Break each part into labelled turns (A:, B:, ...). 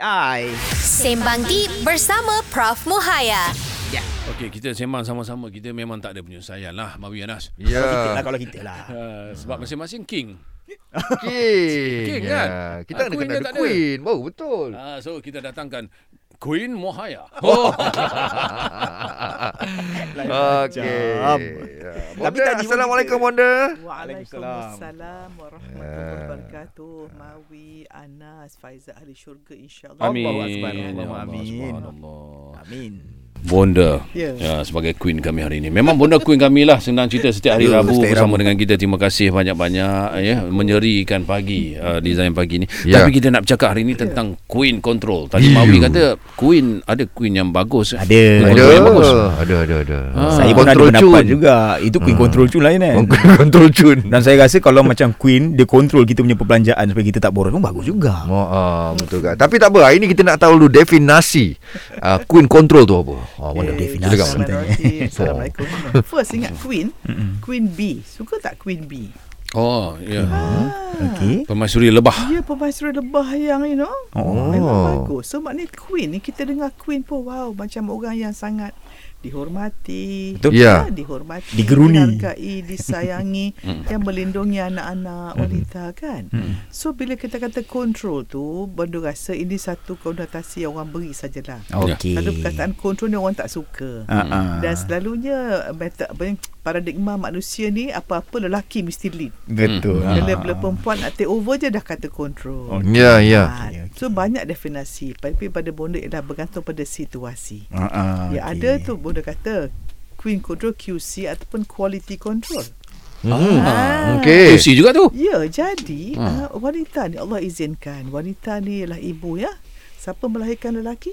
A: STI.
B: Sembang Deep bersama Prof Muhaya.
C: Okey, kita sembang sama-sama. Kita memang tak ada penyelesaian lah, Mawi Anas.
A: Yeah. Kalau kita lah,
D: Ya.
A: kalau kita lah.
C: Uh, sebab masing-masing king. King,
D: King.
C: kan?
D: Ya.
C: Ah,
D: Kita kena
C: Queen
D: kena
C: dia
D: ada
C: tak ada.
D: Queen. Wow, betul.
C: Uh, so, kita datangkan Queen Mohaya. Oh.
A: Lain macam.
D: Okey. Ya.
A: Tapi
D: Bonda,
A: tadi pun
D: Assalamualaikum
A: kita-
D: Bonda.
E: Waalaikumsalam
A: Ya.
E: warahmatullahi wabarakatuh. Mawi, Anas, Faiza ahli syurga insya-Allah.
A: Amin. Allahu Akbar,
C: Ya
A: Allahumma
C: Allah,
A: amin.
C: subhanallah.
A: Amin.
C: Bonda
E: Ya.
C: ya, sebagai Queen kami hari ini. Memang Bonda Queen kami lah senang cerita setiap hari
D: Ya,
C: Rabu
D: setiap
C: bersama dengan kita. Terima kasih banyak-banyak ya menyerikan pagi uh, design pagi ni.
D: Ya.
C: Tapi kita nak bercakap hari ini
A: Ya.
C: tentang Queen control. Tadi Mawi kata Queen ada Queen yang bagus. eh.
A: Ada.
C: Queen
D: Ada.
C: control yang bagus.
D: Ada ada ada.
C: Ah.
A: Saya pun ada
D: Control
A: pendapat
D: tune.
A: juga. Itu Queen Control Tune lain kan.
D: Control cun.
A: Dan saya rasa kalau macam Queen dia control kita punya perbelanjaan supaya kita tak boros pun bagus juga.
D: Oh, ah, betul kan. Tapi tak apa. Hari ni kita nak tahu dulu definasi ah, Queen Control tu apa. Ah,
A: Eh,
D: mana definasi?
A: definasi
D: Silakan.
A: tanya.
E: Bismillahirrahmanirrahim. Assalamualaikum. First ingat Queen, Queen B. Suka tak Queen B? Ah,
C: Oh, ya.
A: Hmm? Ah. Okey.
C: Pemaisuri lebah.
E: Dia pemaisuri lebah yang you know.
A: Oh.
E: Memang bagus. So maknanya Queen ni kita dengar Queen pun wow macam orang yang sangat dihormati.
A: Betul.
D: Ya.
E: dihormati,
A: Digeruni. Hmm.
E: dihargai, disayangi yang melindungi anak-anak wanita kan. So bila kita kata control tu, Bondo rasa ini satu konotasi yang orang beri sajalah.
D: Ya.
A: Okey.
E: Selalu perkataan Hmm. control ni orang tak suka.
A: Ah, ah.
E: Dan selalunya meta, apa, ni, paradigma manusia ni apa-apa lelaki mesti lead.
A: Betul. Ah.
E: Bila bila perempuan nak take over je dah kata control.
A: Oh,
D: Ya ya.
E: Ah,
A: Okey, okey.
E: So banyak definasi Tapi pada bonda ialah bergantung pada situasi
A: Ah, ah,
E: okay. Yang
A: okey.
E: Ya, ada tu bonda kata Queen Control QC ataupun Quality Control
D: Hmm.
E: Ah.
A: Eh.
D: Okey.
C: Kursi juga tu.
E: Ya jadi uh, wanita ni Allah izinkan Wanita ni ialah ibu ya Siapa melahirkan lelaki?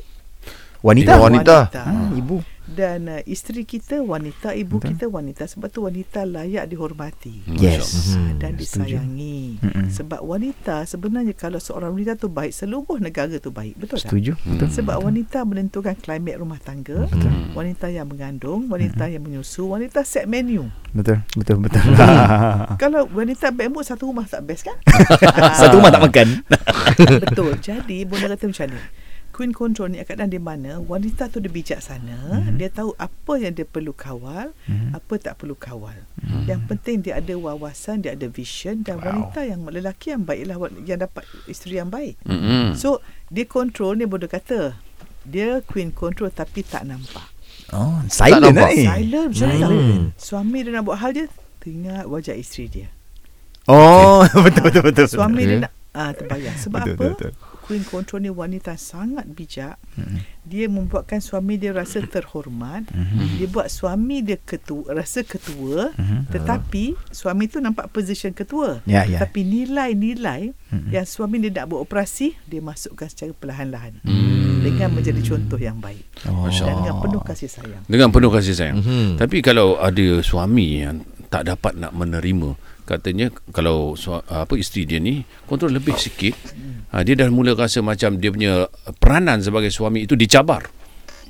A: Wanita.
D: Wanita.
A: Ah, ibu.
E: Dan uh, isteri kita wanita, ibu kita wanita Sebab tu wanita layak dihormati
A: Ya.
D: Ya.
A: Yes. Mhm.
E: Ah, dan disayangi
A: Hmm, Mm-mm.
E: sebab wanita sebenarnya kalau seorang wanita tu baik seluruh negara tu baik betul tak
A: Setuju. Betul.
E: Sebab wanita menentukan klimat rumah tangga, Betul. wanita yang mengandung, wanita yang menyusu, wanita set menu.
A: Betul. Betul betul.
D: Hmm.
E: Kalau wanita bad mood satu rumah tak best kan?
A: Ah. Satu rumah tak makan.
E: Betul. Jadi boleh kata macam ni. Queen Control ni keadaan di mana wanita tu dia bijaksana,
A: Mhm.
E: dia tahu apa yang dia perlu kawal, apa tak perlu kawal.
A: Mhm.
E: Yang penting dia ada wawasan, dia ada vision dan wanita yang lelaki yang baiklah wan- yang dapat isteri yang baik.
A: Hmm.
C: Mm-mm.
E: So dia control ni boleh kata dia Queen Control tapi tak nampak.
A: Oh, silent lah
D: nampak.
A: eh.
E: Silent macam mana
D: Hmm.
E: tak? Suami dia nak buat hal dia Teringat wajah isteri dia
A: Oh, betul betul betul.
E: Suami dia
D: Eh.
E: nak ah, Terbayang Sebab
A: Betul,
E: apa
A: betul, betul.
E: Queen Control ni wanita sangat bijak
A: Hmm.
E: Dia membuatkan suami dia rasa terhormat Dia buat suami dia ketua, rasa ketua Tetapi Suami tu nampak position ketua
A: Hmm. Ya, Hmm. ya.
E: Tapi nilai-nilai Yang suami dia nak buat operasi Dia masukkan secara perlahan-lahan
A: Hmm.
E: Dengan menjadi contoh yang baik
A: Oh.
C: Masya
E: Dan
C: Allah.
E: dengan penuh kasih sayang
C: Dengan penuh kasih sayang.
D: Mhm.
C: Tapi kalau ada suami yang tak dapat nak menerima, katanya kalau sua, apa isteri dia ni kontrol lebih sikit, ha, dia dah mula rasa macam dia punya peranan sebagai suami itu dicabar.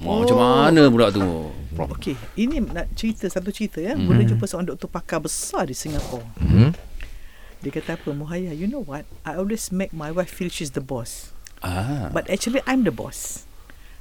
C: Oh, macam mana pula tu? Prof.
E: Okey, ini nak cerita satu cerita ya.
A: Hmm.
E: Mula jumpa seorang doktor pakar besar di Singapura.
D: Hmm.
E: Dia kata apa, Muhaya, you know what? I always make my wife feel she's the boss.
C: Ah.
E: But actually I'm the boss.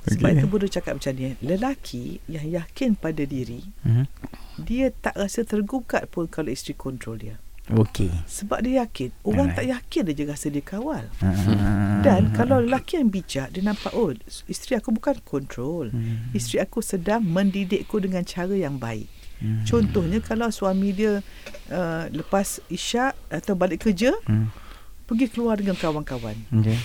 E: Sebab itu Buddha cakap macam ni Lelaki yang yakin pada diri
A: Mhm.
E: Dia tak rasa tergugat pun Kalau isteri kontrol dia
A: Okey.
E: Sebab dia yakin Orang
A: Alright.
E: tak yakin dia je rasa dia kawal
A: Ah,
D: Hmm.
E: Dan kalau lelaki yang bijak Dia nampak oh isteri aku bukan kontrol
A: Hmm.
E: Isteri aku sedang mendidikku dengan cara yang baik
A: Hmm.
E: Contohnya kalau suami dia uh, Lepas isyak atau balik kerja
A: Hmm.
E: Pergi keluar dengan kawan-kawan
A: Okey.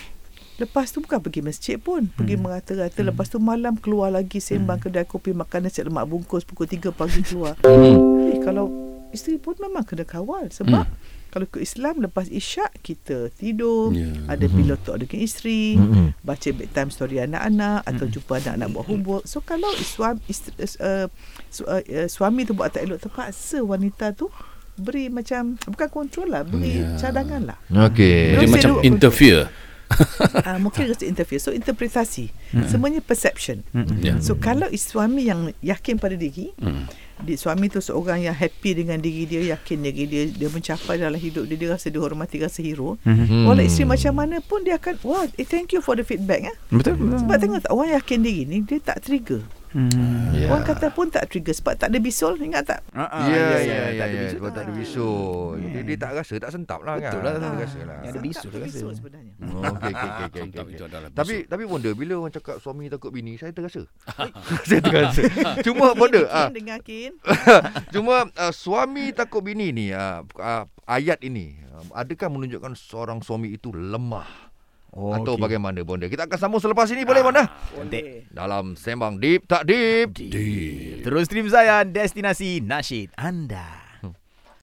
E: Lepas tu bukan pergi masjid pun Pergi
C: Hmm.
E: merata-rata Lepas tu malam keluar lagi Sembang kedai kopi Makan nasi lemak bungkus Pukul 3 pagi keluar
C: Hmm.
E: Eh, kalau isteri pun memang kena kawal sebab kalau ikut Islam lepas isyak kita tidur,
C: Ya. Hmm.
E: ada pillow talk dengan isteri,
D: Mm-mm.
E: baca bedtime story anak-anak atau jumpa anak-anak buat homework. So kalau suami isteri, uh, su, uh, uh, suami tu buat tak elok terpaksa wanita tu beri macam bukan kontrol lah, beri
C: Ya.
E: cadangan lah.
D: Okey.
C: Dia
E: Dia
C: macam
E: duduk-
C: interfere.
E: uh, mungkin rasa interfere. So interpretasi. Semuanya perception.
C: Ya.
E: So kalau is- suami yang yakin pada diri, di, suami tu seorang yang happy dengan diri dia yakin diri dia dia mencapai dalam hidup dia dia rasa dihormati rasa hero
A: Mhm.
E: hmm. walau isteri macam mana pun dia akan wah eh, thank you for the feedback eh.
A: Betul. betul.
E: sebab tengok tak orang yakin diri ni dia tak trigger
A: Hmm.
E: yeah. orang kata pun tak trigger sebab tak ada bisul ingat tak
D: Ya, ya, ya, ya. Sebab tak ada bisul. Dia, dia tak rasa, tak sentap lah kan. Betul lah, tak rasa lah.
A: Ada bisul
E: tak
A: rasa.
E: bisul sebenarnya
D: Oh, okay, okay, okay, okay,
C: Sentap
D: okay.
C: itu adalah bisul.
D: Tapi tapi wonder bila orang cakap suami takut bini, saya terasa. saya terasa. Cuma wonder ah,
E: Kin, dengar Kin
D: cuma ah, suami takut bini ni ah, ah, ayat ini ah, adakah menunjukkan seorang suami itu lemah
A: Oh,
D: atau
A: okey.
D: bagaimana bonda? Kita akan sambung selepas ini boleh bonda?
A: Cantik.
D: Dalam sembang deep tak deep.
A: Terus stream saya Destinasi Nasyid Anda.